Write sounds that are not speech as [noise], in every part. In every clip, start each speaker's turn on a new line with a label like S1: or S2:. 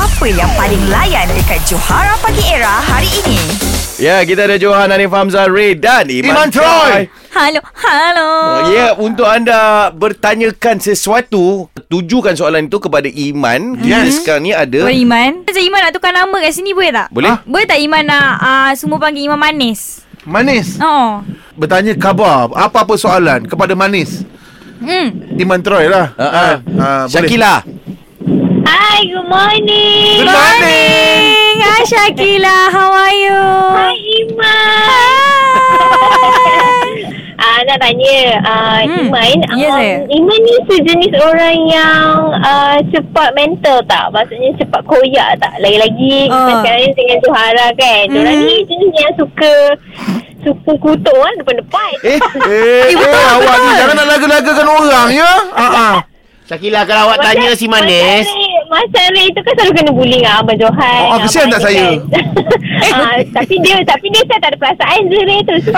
S1: Apa yang paling layan dekat Johara Pagi Era hari ini?
S2: Ya, kita ada Johan Hanif Hamzah Ray dan Iman,
S3: Iman Troy.
S4: Halo, halo.
S2: Ya, untuk anda bertanyakan sesuatu, tujukan soalan itu kepada Iman. Kita Hmm.
S3: Yes.
S2: sekarang ni ada
S4: Boleh Iman? Macam Iman nak tukar nama kat sini boleh tak?
S2: Boleh?
S4: Boleh tak Iman nak uh, semua panggil Iman Manis?
S3: Manis
S4: Oh.
S3: Bertanya khabar Apa-apa soalan Kepada Manis
S4: Hmm.
S3: Iman Troy lah
S2: Ha, ha.
S3: Ah, boleh.
S2: Syakila.
S5: Hi, good morning.
S3: Good morning
S4: Morning, Hi Syakila. How are you?
S5: Hi, Iman.
S4: Hi.
S5: Ah, nak tanya ah,
S4: Hmm,
S5: Iman,
S4: ya,
S5: ah,
S4: saya.
S5: Iman ni sejenis orang yang ah, cepat mental tak? Maksudnya cepat koyak tak? Lagi-lagi
S4: Ah.
S5: uh. sekarang ni dengan Johara kan.
S4: Mhm.
S5: Diorang ni jenis yang suka suka kutuk kan depan-depan.
S2: Eh,
S3: Eh, eh,
S4: betul,
S3: awak ni
S4: betul.
S3: jangan nak laga-lagakan orang ya. Ha ah.
S6: Syakila kalau awak tanya si Manis
S5: Masalah itu kan selalu kena bullying dengan Abang Johan.
S3: Oh, ah, kesian
S5: Abang
S3: tak
S5: ni
S3: saya?
S5: Kan. [laughs] ah, tapi dia tapi dia saya tak ada perasaan dia ni tu. Suka.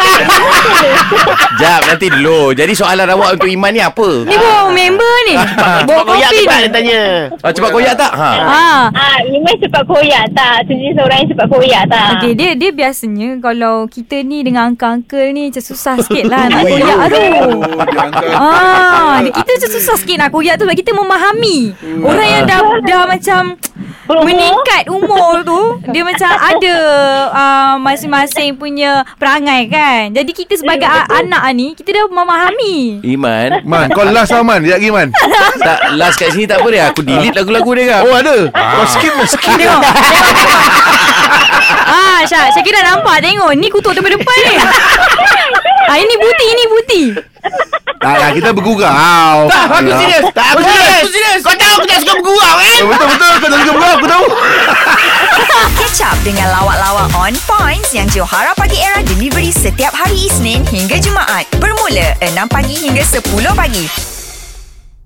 S2: jap nanti dulu. Jadi soalan awak untuk Iman ni apa?
S4: Ni bawa member ni. Bawa
S6: Sebab koyak
S4: kopi.
S6: cepat dia tanya
S2: Ah, cepat koyak tak? Ha.
S4: Ah.
S5: Ah, Iman cepat koyak tak? Sejenis orang yang cepat koyak tak?
S4: Okay, dia dia biasanya kalau kita ni dengan uncle-uncle ni macam susah sikit lah nak
S3: Ui, ui,
S4: koyak tu.
S3: ui, dia angkat.
S4: Ah, kita macam susah sikit nak koyak tu sebab kita memahami. Orang yang dah dah macam
S5: Berumur.
S4: meningkat umur tu, dia macam ada uh, masing-masing punya perangai kan. Jadi kita sebagai a- anak ni, kita dah memahami.
S2: Iman,
S3: Man, kau last lah Man. Sekejap lagi Man.
S2: tak last kat sini tak apa dia. Aku delete lagu-lagu dia kan.
S3: Oh, ada. Kau skip pun skip.
S4: Tengok,
S2: [laughs]
S4: tengok, tengok. Ah, Syah, Syakira nampak tengok. Ni kutuk depan-depan ni. Ah, ini buti, ini buti.
S3: Tak lah, kita bergurau.
S6: Tak Ah, aku
S3: Ya.
S6: serius Tak aku serius Kau tahu aku tak suka bergurau kan
S3: Oh, Betul, betul. Kau tak suka bergurau, aku tahu.
S1: Catch up dengan lawak-lawak on points yang Johara Pagi Era delivery setiap hari Isnin hingga Jumaat. Bermula 6 pagi hingga 10 pagi.